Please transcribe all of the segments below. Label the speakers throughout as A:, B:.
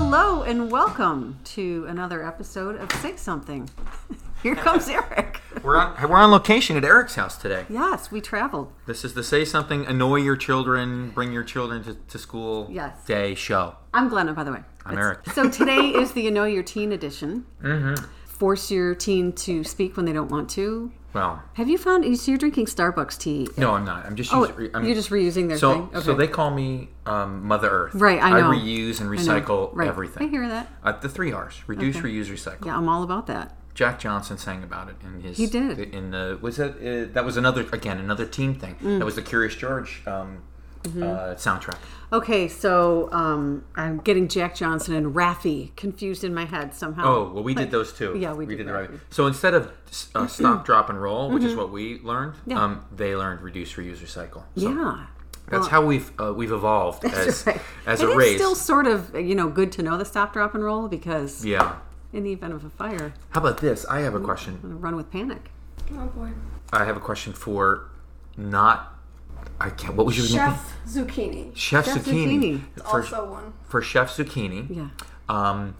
A: and welcome to another episode of Say Something. Here comes Eric.
B: We're on, we're on location at Eric's house today.
A: Yes, we traveled.
B: This is the Say Something, Annoy Your Children, Bring Your Children to, to School
A: Yes.
B: Day show.
A: I'm Glenna, by the way.
B: I'm
A: That's-
B: Eric.
A: So today is the You Know Your Teen edition. Mm-hmm. Force your teen to speak when they don't want to.
B: Well,
A: Have you found? So you're drinking Starbucks tea.
B: no, I'm not. I'm just
A: Oh,
B: using. I'm,
A: you're just reusing their
B: so,
A: thing. Okay.
B: so they call me um, Mother Earth.
A: Right, I know.
B: I reuse and
A: I know.
B: recycle
A: right. I
B: everything.
A: hear that.
B: Uh, the three R's: reduce,
A: Okay.
B: reuse, recycle.
A: Yeah, I'm all about that.
B: Jack Johnson sang about it in his.
A: He did.
B: in the was that uh, that was another again another team thing.
A: Mm.
B: That was the Curious George um,
A: Mm-hmm.
B: uh, soundtrack.
A: Okay, so um, I'm getting Jack Johnson and Raffi confused in my head somehow.
B: Oh well, we did those too.
A: Yeah, we did
B: the
A: that. Mm-hmm.
B: right. So instead of uh, stop, drop, and roll, which is what we learned,
A: Yeah.
B: um, they learned reduce, reuse, recycle. So
A: yeah.
B: that's
A: Well-
B: how we've uh, we've evolved
A: That's
B: as
A: right.
B: as
A: It
B: a
A: is
B: race.
A: still sort of you know good to know the stop, drop, and roll because
B: yeah.
A: in the event of a fire,
B: How about this? I
A: Mm-hmm.
B: have a question.
A: run with panic.
C: Oh boy.
B: I have a question for not. I can't. What was your name?
C: Chef zucchini.
B: Chef,
A: Chef
B: zucchini. For,
C: Also one.
B: for chef zucchini.
A: Yeah.
B: Um,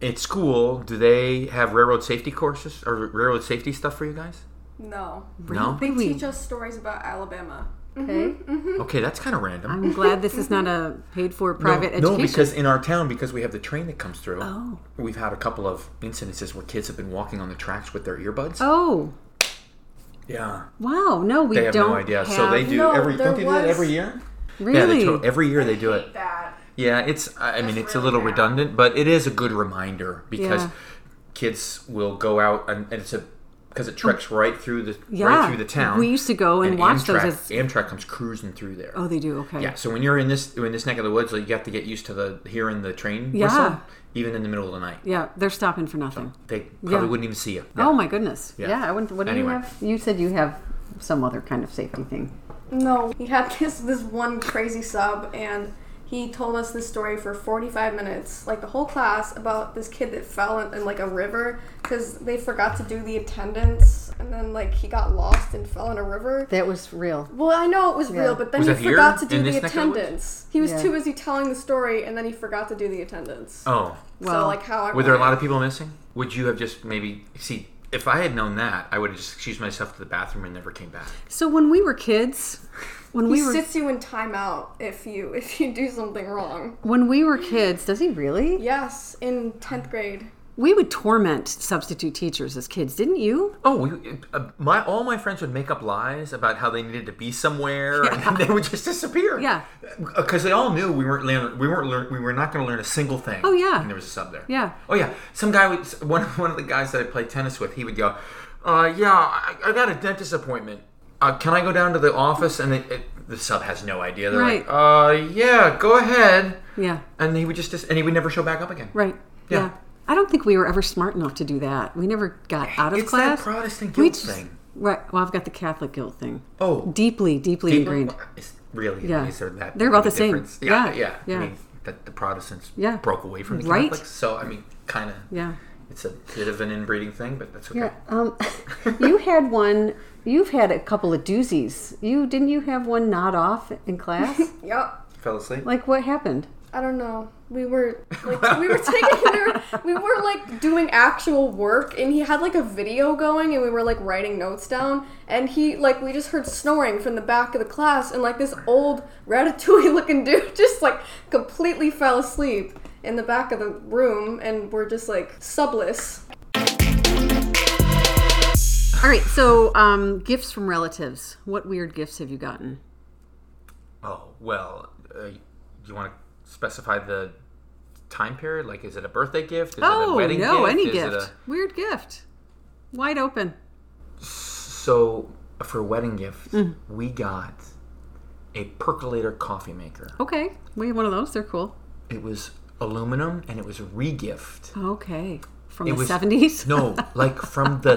B: at school, do they have railroad safety courses or railroad safety stuff for you guys?
C: No.
B: No.
C: They
A: We-
C: teach us stories about Alabama.
A: Okay.
B: Okay, that's kind of random.
A: I'm glad this is not a paid for private education.
B: no, No, because in our town, because we have the train that comes through,
A: Oh.
B: we've had a couple of incidences where kids have been walking on the tracks with their earbuds.
A: oh
B: Yeah,
A: wow, no, we
B: they have
A: don't.
B: no idea. So they
A: have-
B: do
C: No,
B: every.
C: there
B: Don't they do that
C: was-
B: every year? Yeah,
A: really.
B: they to- every year they do it.
C: That.
B: Yeah, it's. I I mean, it's a
C: really
B: little
C: bad.
B: redundant, but it is a good reminder because
A: Yeah.
B: kids will go out and, and it's a because it treks right through the
A: Oh. yeah,
B: right through the town.
A: We used to go and, watch
B: Amtrak,
A: those. As,
B: Amtrak comes cruising through there.
A: oh, they do. Okay.
B: Yeah, so when you're in this in this neck of the woods, like, you have to get used to the hearing the train
A: Yeah.
B: whistle, even in the middle of the night.
A: Yeah, they're stopping for nothing.
B: They probably
A: Yeah.
B: wouldn't even see you.
A: Oh my goodness. Yeah,
B: Yeah.
A: I wouldn't. What do
B: Anyway.
A: you have? You said you have some other kind of safety thing.
C: No. He had this this one crazy sub and he told us this story for 45 minutes, like the whole class, about this kid that fell in, in like a river because they forgot to do the attendance, and then like he got lost and fell in a river.
A: That was real.
C: Well, I know it was
A: Yeah.
C: real, but then
B: Was
C: he
B: that here?
C: forgot to do
B: In
C: the
B: this neck of the woods?
C: attendance. He was
A: Yeah.
C: too busy telling the story, and then he forgot to do the attendance.
B: Oh,
A: Well,
C: so like how
B: were there a lot of people missing? Would you have just maybe see if I had known that, I would have just excused myself to the bathroom and never came back.
A: So when we were kids, when we
C: He
A: were
C: sits you in timeout if you if you do something wrong.
A: when we were kids, does he really?
C: Yes, in tenth grade.
A: We would torment substitute teachers as kids, didn't you?
B: Oh, we, uh, my all my friends would make up lies about how they needed to be somewhere, and they would just disappear.
A: Yeah.
B: because they all knew we weren't learn, we weren't learn, we were not going to learn a single thing.
A: Oh, yeah.
B: and there was a sub there.
A: Yeah.
B: Oh yeah, some guy would one one of the guys that I played tennis with, he would go, uh, "Yeah, I, I got a dentist appointment. Uh, can I go down to the office?" And it, it, the sub has no idea. They're like, "Uh, yeah, go ahead."
A: Yeah.
B: And he would just dis- and he would never show back up again.
A: Right.
B: Yeah.
A: I don't think we were ever smart enough to do that. We never got out of
B: It's
A: class.
B: that Protestant
A: We
B: guilt
A: just-
B: thing.
A: Right. Well, I've got the Catholic guilt thing.
B: Oh,
A: Deeply, deeply ingrained.
B: It's really,
A: Yeah.
B: is there that?
A: They're about
B: big
A: the same.
B: difference? Yeah,
A: Yeah,
B: yeah.
A: yeah.
B: I mean, that the Protestants
A: Yeah.
B: broke away from the
A: Right.
B: Catholics. So I mean, kind of.
A: Yeah.
B: It's a bit of an inbreeding thing, but that's okay.
A: Yeah. Um, you had one. You've had a couple of doozies. You didn't you have one nod off in class?
C: Yep.
B: Fell asleep.
A: like what happened?
C: I don't know. We were like we were taking their, we were like doing actual work and he had like a video going and we were like writing notes down and he like we just heard snoring from the back of the class and like this old ratatouille looking dude just like completely fell asleep in the back of the room and we're just like subless.
A: All right. So um, gifts from relatives. What weird gifts have you gotten?
B: Oh well, uh, do you want to specify the time period? Like, is it a birthday gift? Is it a
A: Oh
B: wedding
A: no,
B: gift?
A: any
B: Is it
A: gift. Weird gift. Wide open.
B: a- So for wedding gift,
A: Mm.
B: we got a percolator coffee maker.
A: Okay. We have one of those. They're cool.
B: It was aluminum, and it was a regift.
A: Okay. From
B: It
A: the
B: was-
A: seventies?
B: No, like from the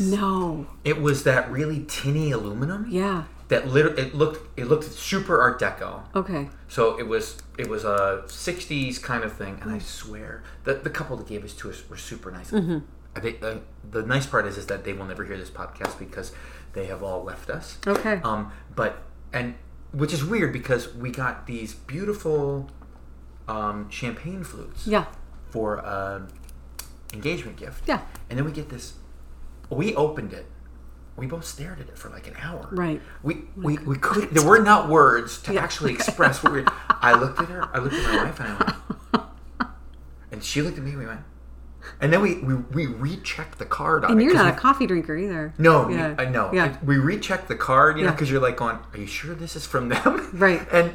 A: No.
B: It was that really tinny aluminum
A: Yeah.
B: that lit- it looked it looked super Art Deco.
A: Okay.
B: So it was it was a '60s kind of thing,
A: Mm.
B: and I swear the the couple that gave us to us were super nice.
A: Mm-hmm.
B: I think uh, the nice part is is that they will never hear this podcast because they have all left us.
A: Okay.
B: Um, but and which is weird because we got these beautiful um, champagne flutes
A: yeah.
B: for an engagement gift.
A: Yeah.
B: And then we get this. We opened it. We both stared at it for like an hour.
A: Right.
B: We we, we could there were not words to
A: Yeah.
B: actually express what we. I looked at her. I looked at my wife, and I went. And she looked at me. and We went. And then we we, we rechecked the card on
A: And
B: it.
A: you're
B: 'cause
A: not
B: we-
A: a coffee drinker either.
B: no,
A: Yeah.
B: I know.
A: Yeah.
B: We rechecked the card, you know,
A: Yeah.
B: because you're like going, "Are you sure this is from them?"
A: Right.
B: And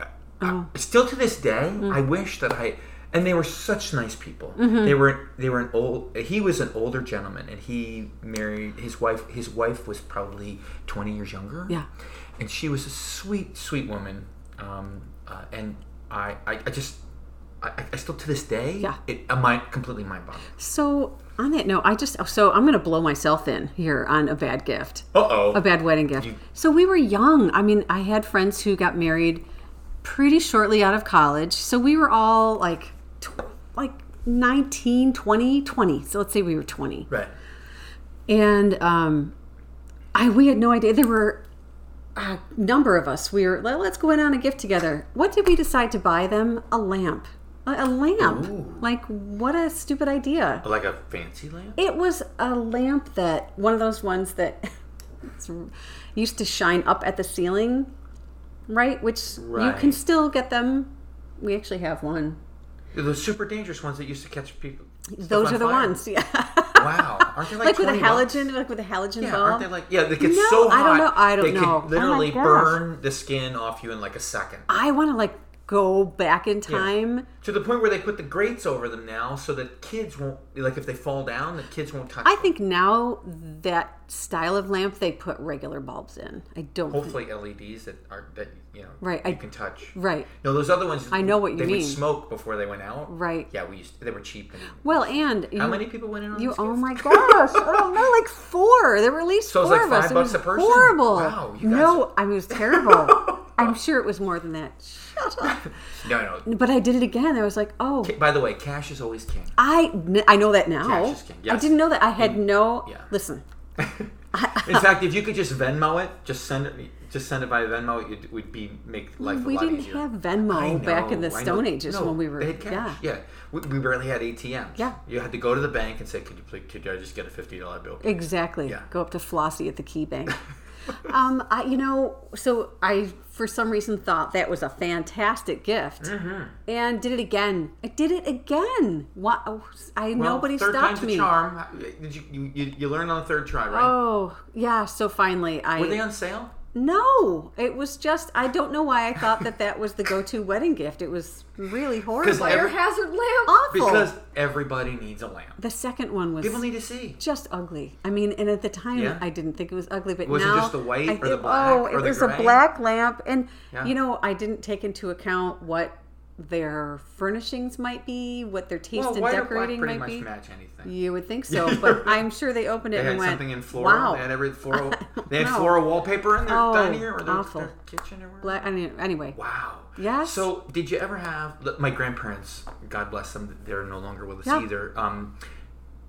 A: Oh. Mm.
B: still to this day, I wish that I. And they were such nice people.
A: Mm-hmm.
B: They were they were an old. He was an older gentleman, and he married his wife. His wife was probably twenty years younger.
A: Yeah.
B: and she was a sweet, sweet woman. Um, uh, and I, I, I just, I, I- I still to this day,
A: Yeah.
B: it, I'm mind, completely mind boggled.
A: So on that note, I just so I'm going to blow myself in here on a bad gift.
B: Uh oh.
A: a bad wedding gift. so we were young. I mean, I had friends who got married pretty shortly out of college. So we were all like tw- like 19, 20, 20. So let's say we were 20.
B: Right.
A: And um I we had no idea there were a number of us. We were "Let- let's go in on a gift together. What did we decide to buy them? A lamp. A, a lamp.
B: Ooh.
A: Like what a stupid idea.
B: Like a fancy lamp.
A: It was a lamp that one of those ones that it's- used to shine up at the ceiling, right? Which you can
B: Right.
A: still get them. We actually have one.
B: Those super dangerous ones that used to catch people. stuff
A: Those
B: on
A: are the
B: fire.
A: ones, yeah.
B: Wow, aren't they like,
A: like with a
B: 20
A: halogen,
B: bucks?
A: like with a halogen
B: Yeah,
A: bulb.
B: aren't they like yeah? They get
A: No,
B: so
A: I
B: hot.
A: don't know- I don't
B: they
A: know. Oh my
B: could literally
A: gosh.
B: burn the skin off you in like a second.
A: I want to like go back in time.
B: To the point where they put the grates over them now, so that kids won't like if they fall down, the kids won't touch.
A: I
B: them.
A: think now that style of lamp they put regular bulbs in. I don't. think-
B: Hopefully LEDs that are that you know
A: Right,
B: you
A: I-
B: can touch.
A: right.
B: No, those other ones. I
A: know what you
B: they
A: mean.
B: would smoke before they went out.
A: Right.
B: Yeah, we used. They were cheap. And,
A: Well, and you,
B: how many people went in on
A: You,
B: this
A: oh
B: gift?
A: my gosh! I don't know, like four. There were at least
B: So it
A: four
B: was like
A: of us.
B: five
A: it
B: bucks
A: was
B: a person?
A: horrible.
B: Wow, you guys-
A: no, I mean, it was terrible. I'm sure it was more than that. Shut up.
B: No, no.
A: But I did it again. I was like, oh,
B: By the way, cash is always king.
A: I kn- I know that now.
B: Cash is king, yes. Mm.
A: I didn't know that. I had no.
B: yeah.
A: Listen,
B: In fact, if you could just Venmo it, just send it, just send it by Venmo, it would be make life a
A: we
B: lot
A: didn't
B: easier.
A: have
B: I
A: Venmo
B: know,
A: back in the
B: I know.
A: Stone Ages
B: No,
A: when we were.
B: they had cash.
A: Yeah.
B: yeah. We, we barely had ATMs.
A: Yeah.
B: you had to go to the bank and say, "Could you please, could I just get a fifty dollar bill?" please?"
A: Exactly.
B: Yeah.
A: Go up to Flossie at the key bank. um, I, you know, so I for some reason thought that was a fantastic gift,
B: Mm-hmm.
A: and did it again. I did it again. What? oh, I
B: Well,
A: nobody
B: third
A: stopped
B: time's
A: me.
B: A charm. Did you, you, you, you learned on the third try, right?
A: Oh yeah. So finally, I
B: Were they on sale?
A: no. It was just I don't know why I thought that that was the go-to wedding gift. It was really horrible.
B: every-
C: Fire hazard lamp.
A: Awful.
B: Because everybody needs a lamp.
A: the second one was
B: People need to see.
A: just ugly. I mean, and at the time,
B: Yeah.
A: I didn't think it was ugly, but
B: Was it
A: now
B: just the white
A: I
B: or the
A: think,
B: black
A: Oh,
B: or
A: it
B: the
A: was a
B: gray?
A: black lamp, and
B: Yeah.
A: you know, I didn't take into account what their furnishings might be, what their taste
B: Well,
A: in
B: white or black
A: decorating
B: pretty
A: might
B: much
A: be.
B: match anything.
A: You would think so, but I'm sure they opened it
B: They
A: and
B: had
A: went,
B: something in floral.
A: "Wow,
B: They had every floral. They had
A: No.
B: floral wallpaper in their
A: Oh,
B: dining room or their,
A: awful.
B: their kitchen or whatever.
A: black." I mean, anyway,
B: Wow.
A: Yes.
B: So, did you ever have look, my grandparents? God bless them. They're no longer with us
A: Yeah.
B: either. Um,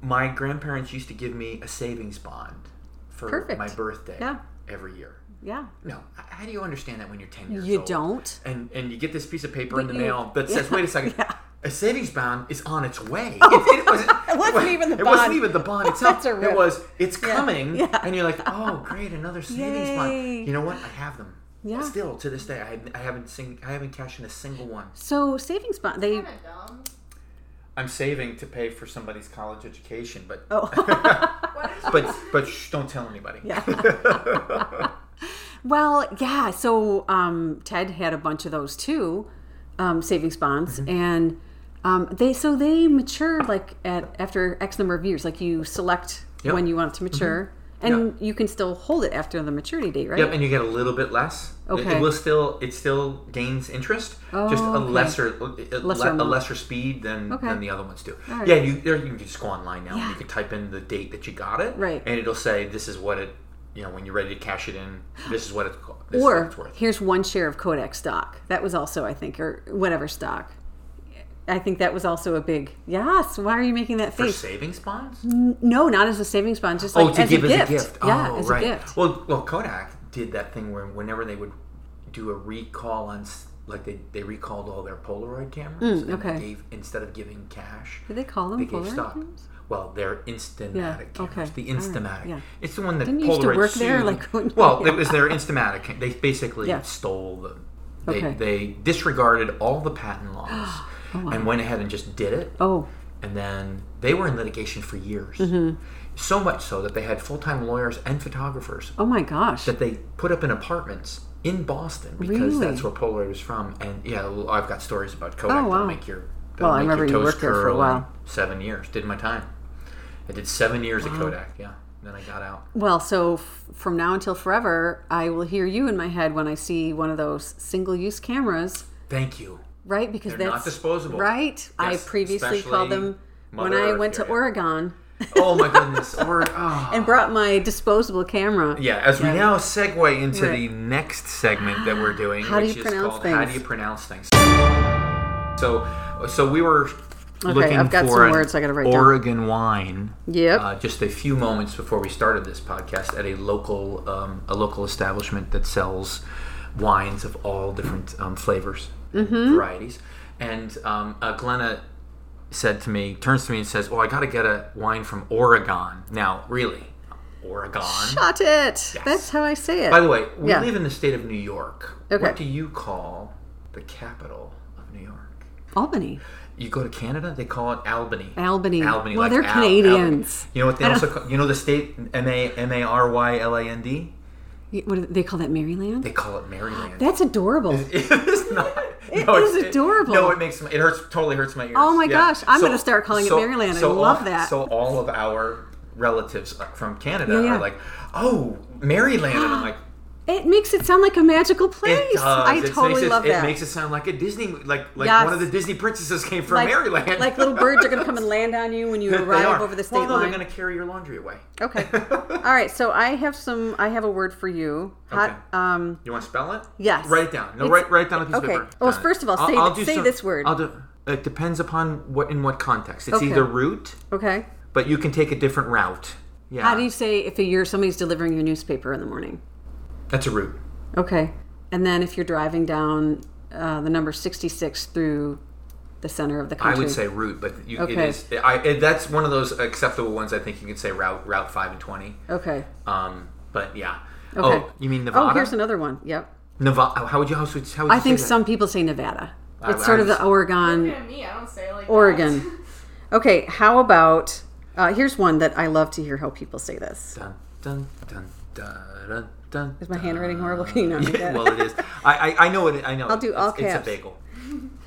B: my grandparents used to give me a savings bond for
A: Perfect.
B: my birthday
A: Yeah.
B: every year.
A: yeah,
B: No, h- how do you understand that when you're ten years
A: you
B: old?
A: don't.
B: And and you get this piece of paper in the
A: you-
B: mail that says,
A: yeah,
B: "Wait a second,
A: yeah. Oh,
B: a savings bond is on its way." it, it wasn't, it
A: wasn't even the
B: It wasn't
A: bond.
B: even the bond itself.
A: That's a rip.
B: it was it's coming,
A: yeah.
B: and you're like, "Oh, great, another savings
A: Yay.
B: bond." You know what? I have them.
A: Yeah.
B: Still to this day, I, haven't- I haven't sing, I haven't cashed in a single one.
A: So savings bond, they
D: Kinda dumb.
B: I'm saving to pay for somebody's college education, but
A: oh.
D: What is
B: but but shh, don't tell anybody. Yeah.
A: Well, yeah. So um, Ted had a bunch of those too, um, savings bonds,
B: Mm-hmm.
A: and um, they so they mature like at after X number of years. Like you select
B: Yep. Mm-hmm.
A: when you want it to mature, and you can still hold it after the maturity date, right?
B: Yep, and you get a little bit less. It- It,
A: Okay.
B: will still it still gains interest, just a
A: Oh, okay.
B: lesser a,
A: Lesser
B: le- a
A: amount.
B: lesser speed than
A: Okay.
B: than the other ones do.
A: right.
B: Yeah, you there you can just go online now. and
A: Yeah.
B: You can type in the date that you got it,
A: Right.
B: And it'll say this is what it you know when you're ready to cash it in. This is what it's co- this is what
A: Or
B: it's worth.
A: here's one share of Kodak stock. That was also, I think, or whatever stock. I think that was also a big yes. Why are you making that
B: For
A: face?
B: savings bonds?
A: no, not as a savings bond, just
B: oh,
A: like
B: to
A: as,
B: give
A: a
B: as
A: gift.
B: a gift.
A: Yeah,
B: oh,
A: as
B: right.
A: a gift.
B: Well, well, Kodak did that thing where whenever they would do a recall on s- like they, they recalled all their Polaroid cameras.
A: Mm,
B: and they
A: okay.
B: gave instead of giving cash,
A: Did they call them
B: they gave
A: Polaroid
B: stock.
A: cameras?
B: Well, they're Instamatic
A: Yeah,
B: cameras.
A: okay,
B: The
A: all right,
B: Instamatic.
A: yeah.
B: It's the one that
A: Didn't you
B: Polaroid
A: used to work there,
B: sued-
A: like, when-
B: well,
A: yeah.
B: it was their Instamatic. ca- They basically
A: Yeah.
B: stole the. They,
A: Okay.
B: they disregarded all the patent laws and went ahead and just did it.
A: Oh,
B: And then they were in litigation for years.
A: Mm-hmm.
B: So much so that they had full time lawyers and photographers
A: oh my gosh.
B: that they put up in apartments in Boston because
A: Really?
B: that's where Polaroid was from. And yeah, well, I've got stories about Kodak
A: Oh, wow.
B: that'll make your
A: Well, I
B: that'll make
A: remember
B: your
A: you
B: toes
A: worked there for a
B: curl in
A: while.
B: Seven years, did my time. I did seven years at Kodak. Yeah, then I got out.
A: Well, so f- from now until forever, I will hear you in my head when I see one of those single-use cameras,
B: Thank you.
A: right? Because
B: They're not
A: that's
B: disposable.
A: right? I
B: Yes,
A: previously
B: especially
A: called them when
B: Mother
A: I
B: Earth
A: went to
B: area.
A: Oregon
B: Oh my goodness. Or ah.
A: and brought my disposable camera.
B: yeah, as we
A: Yeah.
B: now segue into
A: Right.
B: the next segment that we're doing,
A: How do
B: which
A: you
B: is
A: pronounce
B: called "How Do
A: things?
B: You Pronounce Things." So, so we were looking
A: I've got
B: for
A: some
B: an
A: words I gotta write down.
B: Oregon wine.
A: Yep.
B: uh, just a few moments before we started this podcast at a local um, a local establishment that sells wines of all different um, flavors and
A: Mm-hmm.
B: varieties and um, uh, glenna said to me turns to me and says well i gotta get a wine from oregon now really oregon
A: Shot it. That's how I say it.
B: by the way we
A: Yeah.
B: live in the state of new york
A: Okay.
B: what do you call the capital of new york
A: Albany,
B: you go to Canada, they call it Albany.
A: Albany.
B: Albany.
A: Well,
B: like
A: they're
B: Al-
A: Canadians.
B: Albany. You know what they also call, you know the state M A M A R Y L A N D?
A: Y- what do they call that? Maryland.
B: They call it Maryland.
A: That's adorable.
B: it is not.
A: It
B: no,
A: is
B: it's-
A: adorable.
B: no, it makes my- it hurts totally hurts my ears.
A: Oh my gosh, I'm gonna start calling it Maryland. I love
B: all,
A: that.
B: So all of our relatives from Canada
A: Yeah, yeah.
B: are like, "Oh, Maryland." And I'm like,
A: It makes it sound like a magical place.
B: It does.
A: I
B: It makes
A: totally
B: it,
A: love
B: it
A: that.
B: makes it sound like a Disney, like like
A: Yes.
B: one of the Disney princesses came from
A: like,
B: Maryland.
A: like little birds are going to come and land on you when you
B: They
A: arrive
B: are.
A: over the state
B: well, no,
A: line.
B: they're going to carry your laundry away.
A: Okay. All right. So I have some. I have a word for you. Hot.
B: Okay.
A: Um.
B: You want to spell it?
A: Yes.
B: Write it down. No,
A: It's-
B: write write down a piece
A: okay.
B: of paper.
A: Well,
B: Done.
A: first of all, say-
B: do
A: say this word.
B: I'll do, it depends upon what in what context. It's
A: Okay.
B: either root,
A: Okay.
B: but you can take a different route. Yeah.
A: How do you say if you're somebody's delivering your newspaper in the morning?
B: That's a root.
A: Okay. And then if you're driving down uh, the number 66 through the center of the
B: I
A: country.
B: would say root, but you, it
A: Okay.
B: is. I, it, that's one of those acceptable ones. I think you can say route route five and twenty.
A: Okay.
B: Um, but yeah.
A: Okay.
B: Oh, you mean
A: Oh,
B: Nevada?
A: here's another one. Yep.
B: Nevada. How would you how would, how would you
A: I think
B: say that?
A: some people say Nevada.
B: I-
A: It's sort
B: I
A: of the
B: was-
A: Oregon.
C: Look at me, I don't say it like that.
A: Oregon. Okay, how about uh, here's one that I love to hear how people say this.
B: Dun, dun, dun, dun, dun, dun,
A: Is my handwriting horrible? Can you not read
B: Yeah,
A: that?
B: well, it is. I, I, I know it. I know.
A: I'll do all
B: it's, It's
A: caps.
B: a bagel.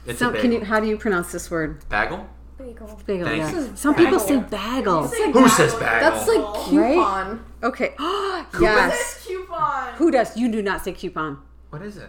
B: It's a
A: So,
B: bagel.
A: can you? How do you pronounce this word?
B: bagel?
C: Bagel.
A: Bagel.
B: Thank
A: yeah.
B: you.
A: Some people say bagel.
B: Who says bagel?
C: That's like coupon.
A: Okay.
C: This
A: yes.
C: is coupon.
A: Who does? You do not say coupon.
B: What is it?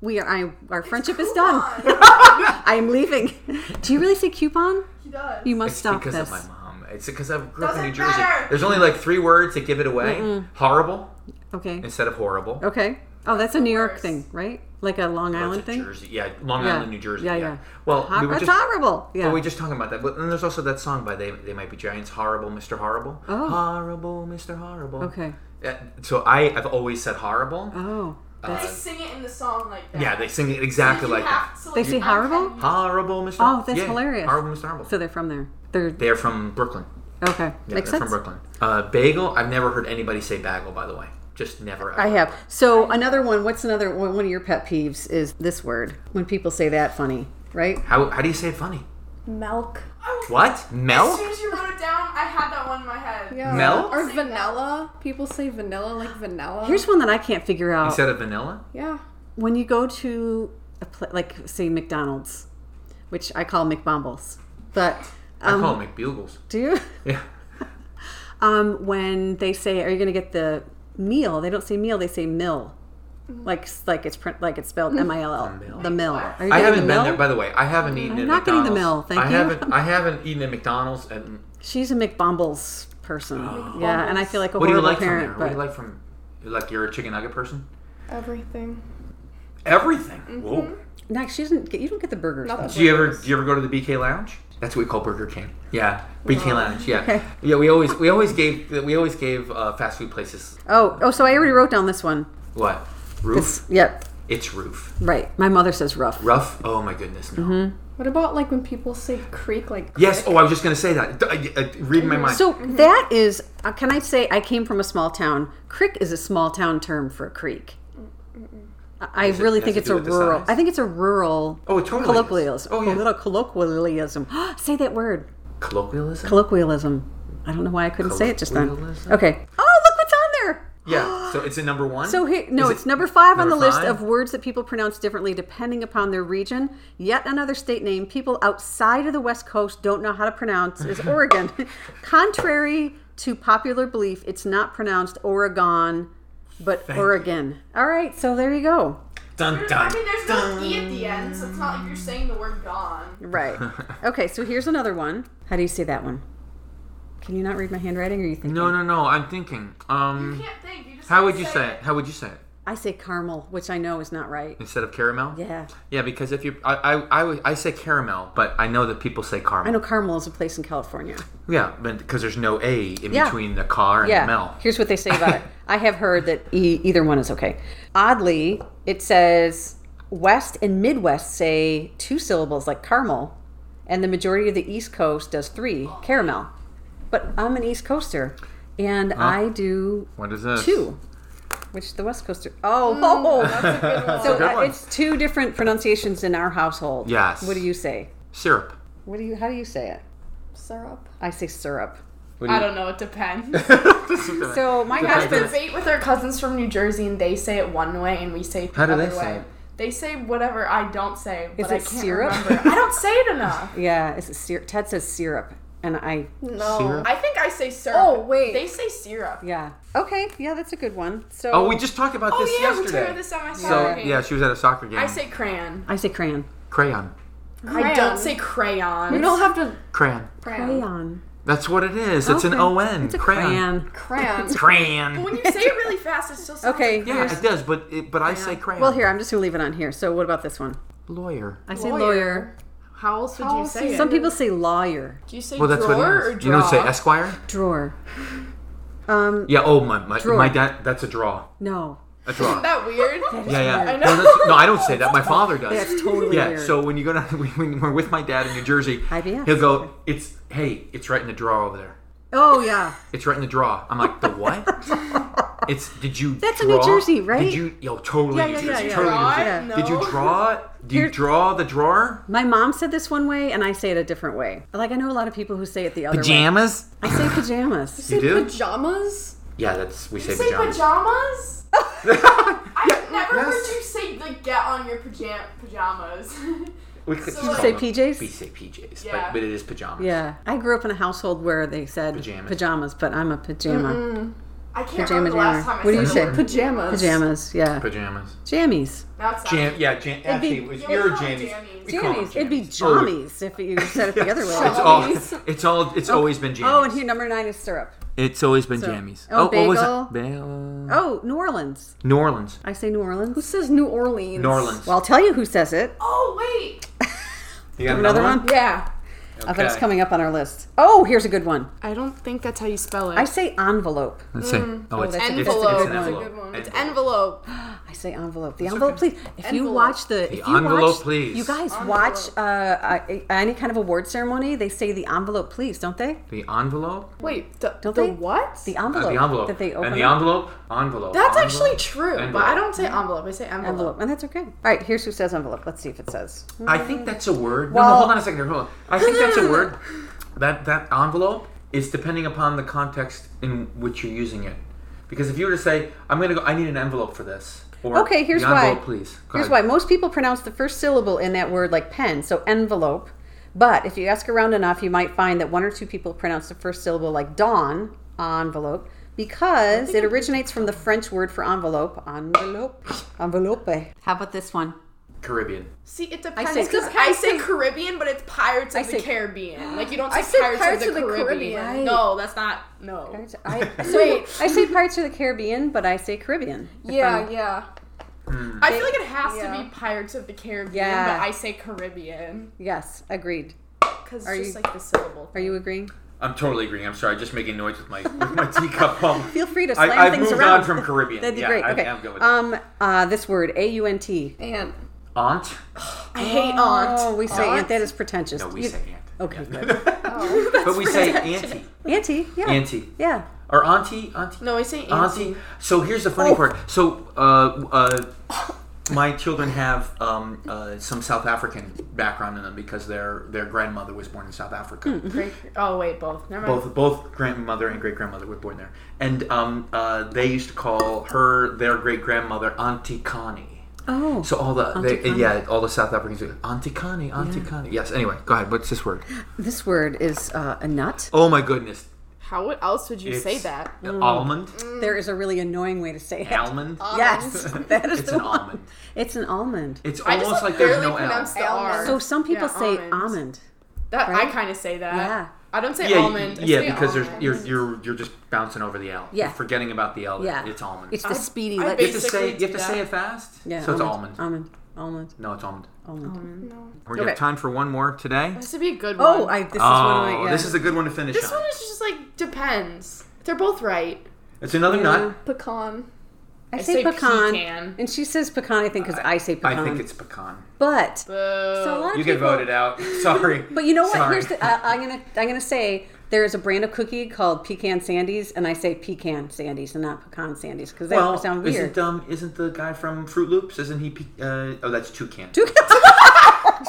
A: We are. I, our friendship is done.
C: Coupon.
A: I am leaving. do you really say coupon?
C: He does.
A: You must
B: It's
A: stop
B: because
A: this.
B: of my mom. It's because I grew up in New
C: Doesn't
B: Jersey.
C: matter.
B: There's only like three words that give it away. Horrible
A: Okay.
B: instead of horrible.
A: Okay. Oh, that's a New York
C: worst.
A: thing, right? Like a Long
B: That's
A: Island
B: a
A: thing.
B: Jersey. Yeah, Long
A: Yeah.
B: Island, New Jersey.
A: Yeah,
B: Yeah,
A: yeah.
B: Well,
A: Ho-
B: we were
A: that's
B: just.
A: horrible. Yeah.
B: Well, we were just talking about that, but and there's also that song by they they might be giants. Horrible, Mr. Horrible.
A: Oh.
B: Horrible, Mr. Horrible.
A: okay.
B: Yeah, so I have always said horrible.
A: Oh.
C: They
B: Uh,
C: sing it in the song like that.
B: Yeah, they sing it exactly
C: You
B: like
C: have
B: that.
C: to, like,
A: They say
C: uncut
A: horrible?
C: it.
B: Horrible, Mr.
A: Oh, that's
B: yeah,
A: hilarious.
B: Horrible, Mr. Horrible.
A: So they're from there. They're
B: They're from Brooklyn.
A: okay.
B: Yeah,
A: Makes
B: they're
A: sense.
B: from Brooklyn. Uh, bagel. I've never heard anybody say bagel. By the way, just never. Ever.
A: I have. So another one. What's another one? One of your pet peeves is this word when people say that funny, right?
B: How, how do you say it funny?
C: Milk.
B: What
D: As soon
B: milk?
D: as you wrote it down, I had that one in my head.
C: Yeah.
B: Milk?
C: Or vanilla. People say vanilla like vanilla.
A: Here's one that I can't figure out.
B: Instead of vanilla.
C: yeah.
A: when you go to a pla like say McDonald's, which I call McBumbles, but
B: I
A: um,
B: call it McBugles.
A: do you?
B: Yeah.
A: Um, when they say, "Are you going to get the meal?" They don't say meal. They say mill.
C: Mm-hmm.
A: Like, like it's print, like it's spelled M I L L.
B: mill.
A: The mill. Are you
B: I
A: getting
B: haven't
A: the
B: been
A: mill?
B: there. By the way, I haven't eaten.
A: I'm
B: at
A: not getting the
B: McDonald's.
A: mill, thank
B: I
A: you.
B: haven't. I haven't eaten at McDonald's. And
A: She's a McBumbles person. Yeah, and I feel like a
B: what do you
A: horrible
B: like from
A: parent.
B: there? What do you
A: but-
B: like from? you Like you're a chicken nugget person.
C: Everything.
B: Everything.
A: Mm-hmm.
B: Whoa.
A: No, she doesn't get. You don't get the burgers.
C: Not
A: though.
C: the-
B: Do you ever do you ever go to the BK Lounge? That's what we call Burger King. Yeah, BK Lounge. Yeah,
A: Oh. Okay.
B: yeah. We always we always gave we always gave uh, fast food places
A: Oh, oh. So I already wrote down this one.
B: what roof.
A: This, yep.
B: It's roof.
A: Right. My mother says rough.
B: Rough. Oh my goodness. No.
A: Mm-hmm.
C: What about like when people say creek? Like
B: Yes. Oh, I was just gonna say that. D- I- I- Read my mind.
A: So that is, uh, can I say I came from a small town? Crick is a small town term for a creek. I I
B: it-
A: really
B: has
A: think
B: to
A: it's
B: do
A: a
B: with the
A: rural.
B: size?
A: I think it's a rural
B: Oh, it totally is.
A: colloquialism.
B: Oh, yeah.
A: A little colloquialism. say that word.
B: colloquialism.
A: Colloquialism. I don't know why I couldn't say it just then.
B: Colloquialism?
A: Okay. Oh, look what's on there.
B: yeah. So it's a number one.
A: So here, no,
B: Is it-
A: it's number five on the
B: number
A: list
B: five?
A: of words that people pronounce differently depending upon their region. Yet another state name people outside of the West Coast don't know how to pronounce is Oregon. Contrary to popular belief, it's not pronounced Oregon, but Oregon. All right, so there you go.
B: Dun
D: I
B: dun.
D: mean, there's no E at the end, so it's not like you're saying the word gone.
A: Right. Okay, so here's another one. How do you see that one? Can you not read my handwriting, or you think?
B: No, no, no. I'm thinking.
D: You
B: Um,
D: can't think. You just
B: how
D: gotta
B: would you say
D: it.
B: it? How would you say it
A: I say caramel, which I know is not right.
B: instead of caramel?
A: Yeah,
B: Yeah, because if you, I, I, I, would- I say caramel, but I know that people say caramel.
A: I know Carmel is a place in California.
B: Yeah, because there's no a in
A: Yeah.
B: between the car and
A: Yeah.
B: the mel.
A: Here's what they say about it. I have heard that e- either one is okay. Oddly, it says West and Midwest say two syllables like caramel, and the majority of the East Coast does three, caramel. But I'm an East Coaster, and I do
B: What is this?
A: two, which the West Coaster. Oh, oh,
C: that's a good one.
A: so
B: good
A: uh,
B: one.
A: it's two different pronunciations in our household.
B: Yes.
A: What do you say?
B: Syrup.
A: What do you? How do you say it?
C: syrup.
A: I say syrup.
D: I don't know. It depends.
B: so,
A: So my
D: I
B: Depends.
A: husband.
D: debate with our cousins from New Jersey, and they say it one way, and we say it the
B: How do
D: other
B: they
D: way.
B: say it?
D: They say whatever I don't say, but
A: Is
D: I
A: it
D: can't
A: syrup?
D: remember. I don't say it enough.
A: Yeah, is it syrup? Ted says syrup, and I
C: No.
B: Syrup?
D: I think I say syrup.
C: Oh, wait.
D: They say syrup.
A: yeah. Okay, yeah, that's a good one. So
B: oh, we just talked about
D: Oh
B: this
D: yeah, we
B: yesterday.
D: tore this on my
B: so
D: soccer game.
B: yeah, she was at a soccer game.
D: I say crayon.
A: I say crayon.
B: crayon,
D: I
C: Crayon.
D: don't say crayon.
C: You don't have to
B: crayon.
C: crayon.
A: Crayon.
B: That's what it is. It's an
A: Okay.
B: O N.
A: Oh, It's a
B: Crayon.
A: crayon.
C: Crayon.
B: Crayon.
D: When you say it really fast, it still sounds
A: Okay.
D: Like
B: Yeah,
A: here's-
B: it does, but it, but I say crayon.
A: Well, here I'm just gonna leave it on here. So what about this one?
B: Lawyer.
A: I say
D: Lawyer.
A: lawyer.
D: How else would
C: How
D: you
C: else
D: say
C: is-
D: it?
A: Some people say lawyer,
D: Do you say
B: Well, that's
D: drawer
B: what
D: or
B: it is.
D: draw?
B: You don't say Esquire.
A: drawer. Um,
B: Yeah. Oh my my,
A: Drawer.
B: my dad. That's a draw.
A: no,
B: A draw.
D: Isn't that weird?
B: yeah, yeah.
A: weird.
D: I know.
B: No, that's- no, I don't say that. My father does.
A: that's totally
B: Yeah,
A: weird.
B: so when you go down, when we're with my dad in New Jersey,
A: IBS.
B: he'll go, "It's hey, it's right in the drawer over there.
A: oh yeah,
B: It's right in the drawer." I'm like, "The what? it's did you?
A: That's a
B: draw?
A: New Jersey, right?
B: Did you? Yo, totally.
A: Yeah,
B: New
A: yeah,
B: Jersey,
A: yeah, yeah.
B: Totally New
D: Draw?
B: Jersey.
A: Yeah.
D: No.
B: Did you draw? Do you
A: Here-
B: draw the drawer?
A: my mom said this one way, and I say it a different way. Like I know a lot of people who say it the other
B: Pajamas?
A: way. I say pajamas.
B: You
C: Say
B: do?
C: pajamas.
B: Yeah, that's we say
D: You say
B: pajamas.
D: pajamas? I've never
B: yes.
D: heard you say like get on your pajam- pajamas.
B: We could
D: So
B: just
D: like-
A: Say
B: call them-
A: PJs?
B: We say PJs,
D: Yeah.
B: but, but it is pajamas.
A: Yeah, I grew up in a household where they said
B: Pajamas.
A: but I'm a pajama.
D: I can't
A: Pajama
D: remember the last
A: jammer.
D: time I
A: What do
D: said
A: you
D: the
A: say?
D: word
C: Pajamas.
A: Pajamas, yeah,
B: Pajamas.
A: jammies.
D: Now it's not-
B: Jam. Yeah, jam. Actually, it was
D: You
B: your
D: would call it
B: jammies.
D: jammies.
B: We call them
A: Jammies. It'd be
B: Oh, we-
A: jammies if you said it the other way.
B: It's all. It's all. It's always been jammies.
A: Oh, and here number nine is syrup.
B: It's always been
A: So-
B: jammies.
A: Oh,
B: what was
A: bagel.
B: it? Bagel.
A: Oh, New Orleans.
B: New Orleans.
A: I say New Orleans.
C: Who says New Orleans?
B: New Orleans.
A: Well, I'll tell you who says it.
D: Oh wait,
B: you got
A: Another one?
C: Yeah.
A: I thought it was coming up on our list. Oh, here's a good one.
D: I don't think that's how you spell it.
A: I say envelope.
B: Let's see. Oh, it's,
A: that's a
B: it's-
A: good
B: it's
A: one.
B: an
A: That's a
B: envelope.
C: good one.
D: it's envelope.
A: I say envelope. The envelope, please. If you
C: Envelope.
A: watch the, if you
B: envelope,
A: watch,
B: please.
A: You guys watch uh, uh, any kind of award ceremony, they say the envelope, please, don't they?
B: The envelope.
D: Wait, the,
A: Don't
D: the
A: they?
D: what?
A: The
B: Uh,
A: envelope.
B: the envelope.
A: That they open.
B: and the
A: up.
B: envelope. Envelope.
D: that's
B: envelope.
D: actually true, but
B: Envelope.
D: I don't say envelope. I say envelope.
A: Envelope, and that's okay. All right, here's who says envelope. Let's see if it says.
B: I think that's a word. no,
A: Well-
B: no, hold on a second. here, Hold on. I think that's a word. That that envelope is depending upon the context in which you're using it. Because if you were to say, "I'm going to go," I need an envelope for this. Or,
A: Okay, here's
B: the envelope,
A: why.
B: Please. Go
A: Here's why
B: ahead.
A: most people pronounce the first syllable in that word like pen, so envelope. But if you ask around enough, you might find that one or two people pronounce the first syllable like dawn, envelope, because it originates from the French word for envelope, envelope, envelope. How about this one?
B: Caribbean.
D: See, it depends.
A: say-
D: 'cause I say Caribbean, but it's Pirates of
A: I say-
D: the Caribbean. Like you don't say,
C: I say
D: Pirates,
C: Pirates
D: of the, Caribbean.
C: Right.
D: No, that's not. No.
A: I,
C: Wait.
A: I say Pirates of the Caribbean, but I say Caribbean. If
C: Yeah,
A: I'm-
C: yeah.
D: I feel like it has to
C: yeah.
D: be Pirates of the Caribbean,
A: Yeah.
D: but I say Caribbean
A: Yes, agreed.
D: because
A: Are
D: it's just
A: you-
D: like the syllable.
A: Are you agreeing?
B: I'm totally agreeing. I'm sorry, just making noise with my with my teacup. Pump.
A: Feel free to
B: I-
A: slam
B: I've
A: things
B: moved
A: around.
B: on from Caribbean.
A: That'd be
B: Yeah,
A: great.
B: I-
A: okay.
B: I'm good with
A: um, uh, this word A U N T.
C: And
B: Aunt?
D: I hate aunt.
A: Oh, we say
C: Aunt?
A: aunt. That is pretentious.
B: No, we
A: You- Oh,
B: say aunt.
A: Okay,
B: Yeah.
A: good.
B: but we say auntie,
A: auntie. Yeah.
B: auntie,
A: Yeah.
B: or auntie, auntie.
D: No, I say auntie.
B: Auntie. So here's the
A: Oh.
B: funny part. So uh, uh, my children have um, uh, some South African background in them because their their grandmother was born in South Africa.
A: Hmm.
D: Great. Oh wait, both. Never mind.
B: Both both grandmother and great grandmother were born there, and um, uh, they used to call her their great grandmother Auntie Connie.
A: Oh.
B: So all the
A: Auntie
B: they,
A: Connie.
B: yeah, all the South Africans would, Auntie Connie, Auntie Connie. Yes. Anyway, go ahead. What's this word?
A: This word is uh, a nut.
B: Oh my goodness.
E: How what else would you say
B: It's
E: that?
A: Mm.
B: an Almond.
A: There is a really annoying way to say it.
B: Almond.
A: Yes, that is
B: It's
A: the
B: an
A: one.
B: almond.
A: It's an almond.
B: It's
E: I just,
B: almost
E: like,
B: like there's
E: barely
B: no L.
E: pronounced the R.
A: So some people
D: Yeah,
A: say
D: almond.
A: almond.
E: That I
A: Right?
E: kind of say that.
A: Yeah.
E: I don't say
B: Yeah,
E: almond. I
B: yeah,
E: say
B: because there's
E: almond.
B: you're you're you're just bouncing over the L.
A: Yeah.
B: You're forgetting about the L.
A: Yeah,
B: It's almond.
A: It's the speedy.
E: I
A: let-
B: you have to
E: basically
B: say you have to
E: that.
B: say it fast.
A: yeah,
B: So it's almond.
A: Almond. Almond.
B: No, it's almond.
A: Almond.
B: We're gonna have
A: Okay.
B: time for one more today.
E: This would be a good one.
A: Oh, I, this is one of my.
B: Oh,
A: Yeah.
B: this is a good one to finish
E: this
B: on.
E: one is just like depends. They're both right.
B: It's another nut.
C: pecan.
A: I,
E: I
A: say,
E: say
A: pecan,
E: pecan.
A: and she says pecan. I think because I, say pecan.
B: I think it's pecan.
A: but
E: Boo.
A: so a lot of
B: You
A: people,
B: get voted out. Sorry.
A: But you know what?
B: Sorry.
A: Here's the, uh, I'm gonna I'm gonna say there is a brand of cookie called pecan sandies, and I say pecan sandies and not pecan sandies because they
B: well,
A: sound
B: isn't
A: weird.
B: um isn't the guy from Fruit Loops? Isn't he? Pe- uh, oh, that's toucan.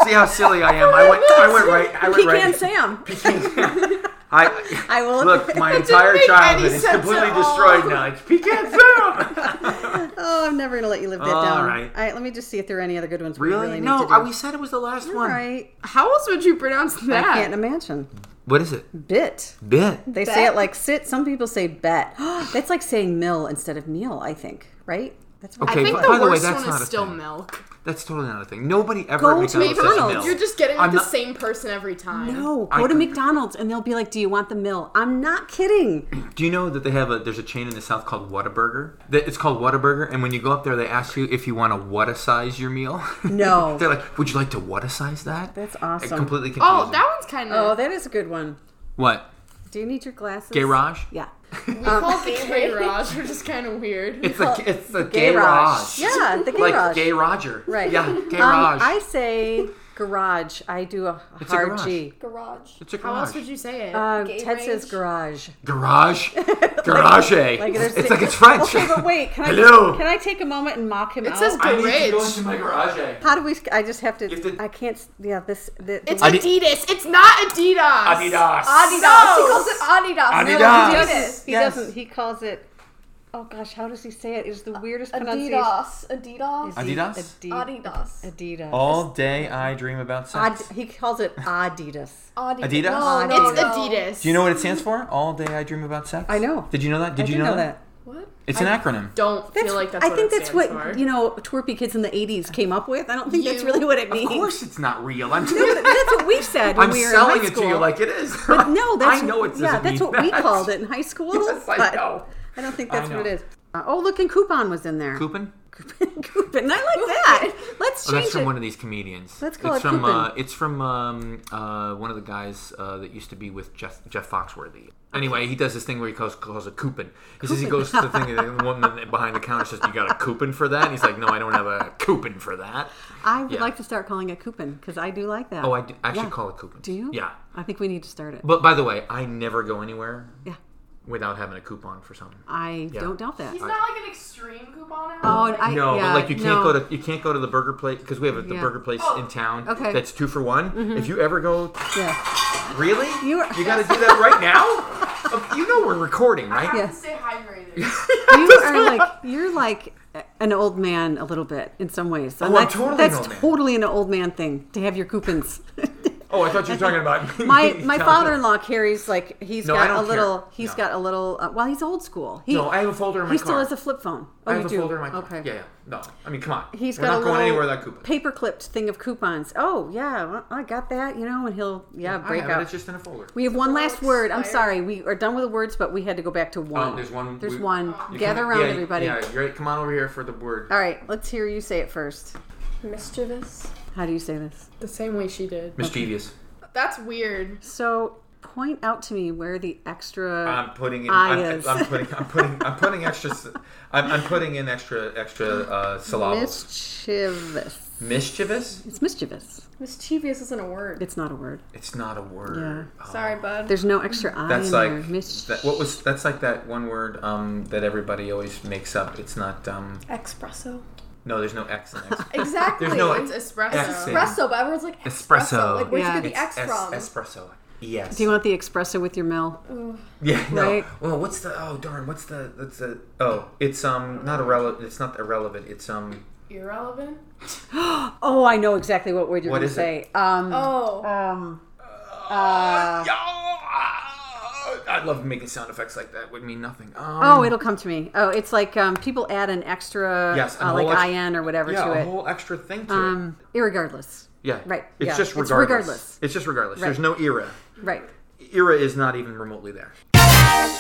B: See how silly I am. I went. I went right. I went
A: pecan
B: right.
A: Sam.
B: Pecan. I.
A: I will
B: Look, my
E: didn't
B: entire
E: make
B: childhood
E: any
B: is
E: sense
B: completely
E: at all.
B: destroyed now. It's pecan Sam.
A: Oh, I'm never gonna let you live that
B: All
A: down.
B: right.
A: All right, let me just see if there are any other good ones. we
B: really?
A: need
B: no,
A: to do.
B: I, we said it was the last
A: All
B: one.
A: right.
E: How else would you pronounce that?
A: I can't imagine.
B: What is it?
A: Bit.
B: Bit.
A: They say it like sit. Some people say bet. That's like saying mill instead of meal. I think. Right. That's what
E: I
B: Okay,
E: think
B: but-
E: the
B: by the way,
E: worst
B: that's
E: one
B: not
E: is
B: a
E: still
B: thing.
E: milk.
B: That's totally not a thing. Nobody ever
A: Go
B: at
A: to
B: McDonald's says
A: McDonald's.
B: milk.
E: You're just getting with
B: I'm
E: the
B: not-
E: same person every time.
A: No,
B: I-
A: go to McDonald's and they'll be like, "Do you want the mill?" I'm not kidding.
B: Do you know that they have a there's a chain in the south called Whataburger? That- It's called Whataburger, and when you go up there, they ask you if you want to Whatasize your meal.
A: No.
B: They're like, would you like to Whatasize that?
A: That's
B: It
A: awesome.
B: completely confusing.
E: Oh, that one's kind
A: Oh,
E: of.
A: that is a good one.
B: what?
A: Do you need your glasses?
B: Gay Raj?
A: Yeah.
E: we call it the gay Raj, which is kind of weird.
B: It's the it's the
A: Gay
B: Gay Raj.
A: Yeah, the gay
B: like
A: Raj.
B: Gay Roger.
A: Right.
B: Yeah, Gay
A: Um,
B: Raj.
A: I say garage. I do a
B: a
A: hard
B: garage.
A: G.
C: Garage.
B: it's a garage.
E: How else would you say it?
A: Uh,
C: Gay
A: Ted says
C: range.
A: garage.
B: garage? garage.
A: Like there's-
B: it's like it's French.
A: Okay, but wait. Can I
B: Hello.
A: can I take a moment and mock him
E: It
A: out?
E: says
B: I need to go
E: garage.
B: into my garage.
A: How do we? I just have to.
B: You have to-
A: I can't. Yeah, this. The,
E: It's
B: I did-
E: Adidas. It's not Adidas.
B: Adidas.
C: Adidas. He calls it Adidas.
B: Adidas.
A: he
B: Yes.
A: doesn't. He
B: Yes.
A: doesn't. He calls it. Oh gosh, how does he say it? It's the weirdest pronunciation.
C: Adidas. Adidas.
B: Adidas? Oh.
A: Adi-
C: Adidas.
A: Adidas.
B: All day I dream about sex.
A: Ad- he calls it Adidas.
C: Adidas.
B: Adidas?
C: No, no,
E: It's
C: no.
E: Adidas.
B: Do you know what it stands for? All day I dream about sex.
A: I know.
B: Did you know that? Did
A: I
B: you
A: did
B: know,
A: know that.
E: What?
B: It's an acronym.
E: Don't feel like that's.
A: I
E: what
A: think
E: it
A: that's what
E: stands for.
A: you know twerpy kids in the '80s came up with. I don't think that's
E: You-
A: really what it means.
B: Of course, it's not real. I'm,
A: No, but that's what we said when
B: I'm
A: we were in
B: selling
A: high
B: it
A: school.
B: to you like it is.
A: but no, that's
B: I know it.
A: yeah,
B: doesn't
A: that's
B: mean
A: what we
B: that.
A: called it in high school.
B: Yes, I
A: but
B: know.
A: I don't think that's
B: I
A: what
B: know.
A: it is. Uh, oh, look, and coupon was in there.
B: Coupon?
A: coupon. I like that. Let's
B: Oh,
A: change
B: that's from
A: it.
B: one of these comedians.
A: Let's call
B: it's
A: it
B: from,
A: Coupon.
B: Uh, it's from um, uh, one of the guys uh, that used to be with Jeff, Jeff Foxworthy. Anyway, he does this thing where he calls, calls a coupon. He says he goes to the thing, and the woman behind the counter says, "You got a coupon for that?" And he's like, "No, I don't have a coupon for that."
A: I would
B: Yeah.
A: like to start calling it coupon because I do like that.
B: Oh, I, do, I
A: Yeah.
B: should call it coupon.
A: Do you?
B: Yeah.
A: I think we need to start it.
B: But by the way, I never go anywhere
A: yeah,
B: without having a coupon for something.
A: I
B: Yeah.
A: don't doubt that.
E: He's not like an extreme couponer.
A: Oh,
E: Like,
A: I
B: No,
A: yeah,
B: but like you can't
A: no.
B: go to you can't go to the burger place because we have a, the
A: Yeah. Oh,
B: burger place in town
A: Okay.
B: that's two for one. If you ever go,
A: Yeah.
B: really,
A: You are-
B: got to do that right now. Uh, you know we're recording, right?
A: Yeah.
E: stay hydrated.
A: you are like you're like an old man a little bit in some ways. And
B: Oh, I'm
A: that's
B: totally an
A: that's
B: old man.
A: totally an old man thing to have your coupons.
B: Oh, I thought you were talking about me.
A: my my father-in-law carries like he's
B: No, I
A: got
B: don't
A: a little
B: care.
A: He's
B: No.
A: got a little uh, well he's old school. He,
B: No, I have a folder in my
A: he
B: car.
A: still has a flip phone. Oh,
B: I have
A: you
B: a
A: do.
B: folder in my car.
A: Okay.
B: Yeah, yeah. No, I mean, come on.
A: He's
B: we're
A: got
B: not
A: a
B: going
A: little
B: anywhere without coupons.
A: paper-clipped thing of coupons. Oh yeah, well, I got that. You know, and he'll yeah,
B: I
A: break
B: have it,
A: out.
B: It's just in a folder.
A: we have one last word. I'm
C: expired.
A: sorry, we are done with the words, but we had to go back to one.
B: Oh, there's one-
A: There's
B: we-
A: one.
B: You
A: Gather
B: come-
A: around,
B: yeah,
A: everybody.
B: Yeah, you're right. Come on over here for the word.
A: All right, let's hear you say it first.
C: Mischievous.
A: How do you say this?
E: The same way she did.
B: Mischievous.
E: That's weird.
A: So point out to me where the extra
B: I'm putting in.
A: I
B: I'm,
A: is.
B: I'm putting. I'm putting. I'm putting extra. s- I'm, I'm putting in extra extra uh, syllables.
A: mischievous.
B: Mischievous?
A: It's mischievous.
C: Mischievous isn't a word.
A: It's not a word.
B: It's not a word. Oh.
C: Sorry, bud.
A: There's no extra I
B: That's
A: in
B: like
A: there. Misch-
B: that, what was that's like that one word um, that everybody always makes up. It's not um,
C: Espresso.
B: no. There's no X in X.
C: Exactly.
B: There's no
D: It's espresso.
B: X in
C: espresso, but everyone's like espresso.
B: Espresso.
C: Like where'd
A: Yeah.
C: you get the X
B: It's es-
C: from?
B: Espresso. Yes.
A: Do you want the espresso with your Mel?
B: Yeah. No.
A: Right.
B: Well, what's the? Oh darn. What's the? That's the. Oh, it's um not irrelevant. It's not irrelevant. It's um.
D: Irrelevant?
A: Oh, I know exactly what word you're
B: What
A: going
B: is
A: to
B: it?
A: say. Um,
C: oh,
A: um,
B: Uh, I love making sound effects like that. Would mean nothing. Um,
A: oh, it'll come to me. Oh, it's like um, people add an extra,
B: Yes, a
A: uh, like
B: whole ex-
A: IN or whatever
B: yeah,
A: to
B: a
A: it.
B: whole extra thing to
A: um, irregardless.
B: it. Yeah.
A: right,
B: It's
A: yeah.
B: just
A: It's
B: regardless.
A: regardless.
B: It's just regardless.
A: Right.
B: There's no era.
A: Right.
B: Era is not even remotely there.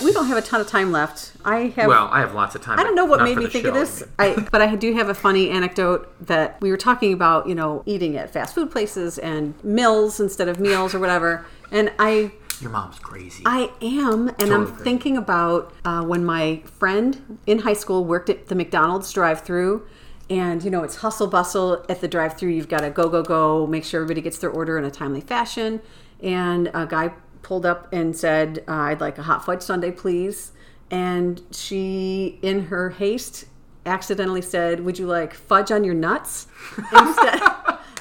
A: We don't have a ton of time left. I have.
B: Well, I have lots of time.
A: I don't know what
B: not
A: made
B: for
A: me
B: the
A: think of
B: show.
A: this, I, but I do have a funny anecdote that we were talking about, you know, eating at fast food places and meals instead of meals or whatever. And I
B: Your mom's crazy.
A: I am, and I'm
B: Totally.
A: thinking about uh, when my friend in high school worked at the McDonald's drive-through, and you know it's hustle bustle at the drive-through. You've got to go, go, go, make sure everybody gets their order in a timely fashion. And a guy pulled up and said, uh, "I'd like a hot fudge sundae, please." And she, in her haste, accidentally said, "Would you like fudge on your nuts?" instead,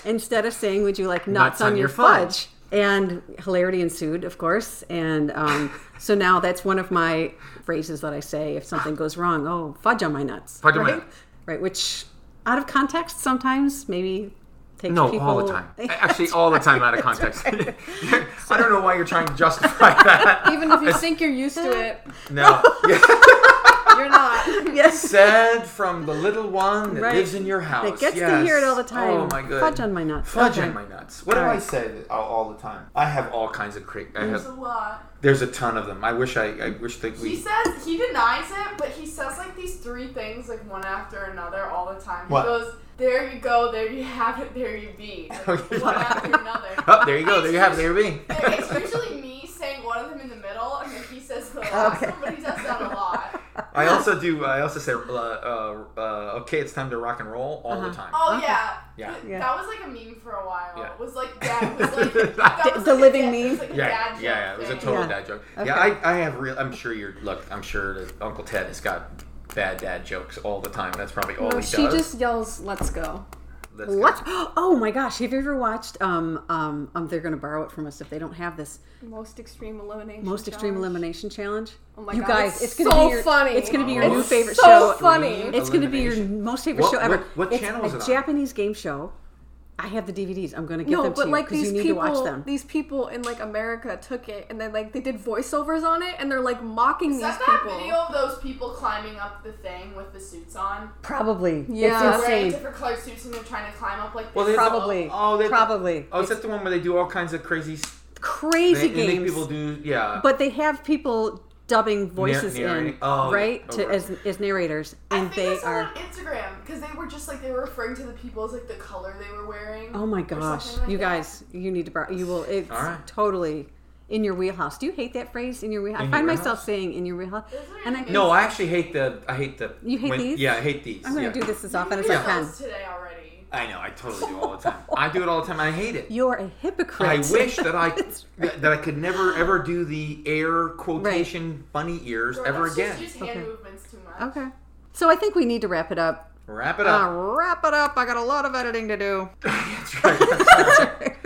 A: instead of saying, "Would you like nuts, on, your fudge?" and hilarity ensued of course and um, so now that's one of my phrases that i say if something goes wrong oh fudge on my nuts
B: Fudge on my
A: right?
B: nuts.
A: right which out of context sometimes maybe takes
B: No,
A: people
B: all the time. Actually, all the time out of context. I don't know why you're trying to justify that.
C: even if you think you're used to it,
B: No.
C: you're
B: Oh,
C: not.
A: yes
B: Said from the little one that
A: Right.
B: lives in your house.
A: that gets
B: Yes.
A: to hear it all the time
B: Oh my god.
A: fudge on my nuts
B: Fudge
A: Okay.
B: on my nuts. What do I say that- all, all the time? I have all kinds of cra- I have,
D: lot.
B: there's a ton of them. I wish I, I wish that
D: He
B: we.
D: says he denies it, but he says like these three things like one after another all the time. He
B: What?
D: goes, "There you go, there you have it, there you be." Like,
B: Okay.
D: One after another.
B: Oh, there you go. There you have it. There you be.
D: It's usually me saying one of them in the middle, and then he says the last one, but he does that a lot.
B: I also do. I also say, uh, uh, uh, okay, it's time to rock and roll all
A: Uh-huh.
B: the time.
D: Oh yeah.
B: Yeah.
D: Th-
A: Yeah.
D: That was like a meme for a while.
B: Yeah.
D: It was like dad was like that was
A: The
D: like a
A: living
D: dad- it was,
A: meme?
D: like a
B: Yeah, yeah,
D: dad joke
B: yeah, it was a
D: thing.
B: total
A: Yeah.
B: dad joke.
A: Okay.
B: Yeah, I, I have real. I'm sure you're. Look, I'm sure that Uncle Ted has got bad dad jokes all the time. That's probably all
C: No,
B: he
C: she
B: does.
C: just yells, "Let's go."
B: Let's go.
A: what oh my gosh have you ever watched um um, um they're gonna borrow it from us if they don't have this
C: Most extreme elimination.
A: most extreme
C: challenge.
A: elimination challenge
C: Oh my
A: you
C: God,
A: guys
C: it's
A: it's gonna
C: so
A: be your,
C: funny.
A: it's gonna be your
B: It's
A: new favorite
C: so
A: show
C: funny.
A: It's going to be your
B: Mm-hmm. Elimination.
A: most favorite
B: What-
A: show ever.
B: what- what
A: it's
B: channel is
A: a
B: it on?
A: Japanese game show. I have the DVDs. I'm going to give
C: No,
A: them to
C: but
A: you
C: like
A: because
C: these
A: you need to watch
C: people,
A: them.
C: these people in like America took it and then like they did voiceovers on it and they're like mocking
D: Is
C: these
D: that that
C: people.
D: video of those people climbing up the thing with the suits on?
A: Probably.
C: Yeah.
A: It's
D: They're wearing
A: insane.
D: different colored suits and they're trying to climb up like
B: Well,
D: this.
B: they-
A: Probably.
B: Oh, they-
A: Probably.
B: Oh, is that the one where they do all kinds of crazy? s-
A: Crazy
B: they, they make
A: games.
B: people do. Yeah.
A: but they have people dubbing voices in,
B: narrating. Oh,
A: right?
B: yeah.
A: To,
B: Over.
A: as, as narrators.
D: I
A: And
D: think I
A: they
D: saw that
A: are.
D: on Instagram because they were just like they were referring to the people as like the color they were wearing.
A: Oh my
D: or something
A: gosh.
D: like
A: you
D: that.
A: guys, you need to borrow. You will. It's
B: All right.
A: totally in your wheelhouse. Do you hate that phrase? In your wheelhouse?
B: In
A: I find
B: your
A: myself
B: wheelhouse?
A: saying in your wheelhouse.
D: Those are
A: And I,
D: amazing.
B: no, I actually hate the. I hate the.
A: You hate these?
B: Yeah, I hate these.
A: I'm going
B: yeah.
A: to do this as often
D: You
A: as
D: did
A: I can.
D: those today already.
B: I know. I totally do all the time. I do it all the time. I hate it.
A: You're a hypocrite.
B: I wish that I
A: That's
B: that that I could never ever do the air quotation bunny ears ever
D: That's just-
B: again.
D: Just hand movements too much.
A: Okay. So I think we need to wrap it up.
B: Wrap it
A: Uh,
B: up.
A: wrap it up. I got a lot of editing to do.
B: That's right.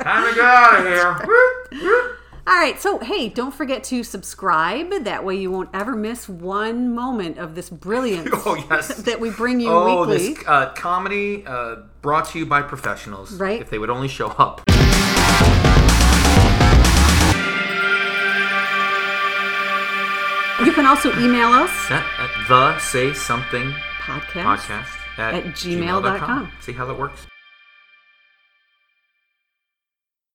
B: Time to get out of here. Whoop, whoop.
A: All right. So, hey, don't forget to subscribe. That way you won't ever miss one moment of this brilliance
B: Oh yes.
A: that we bring you
B: oh,
A: weekly.
B: this uh, comedy uh, brought to you by professionals.
A: Right.
B: If they would only show up.
A: You can also email us
B: At, at the say something
A: podcast,
B: podcast at,
A: at gmail.com.
B: See how that works.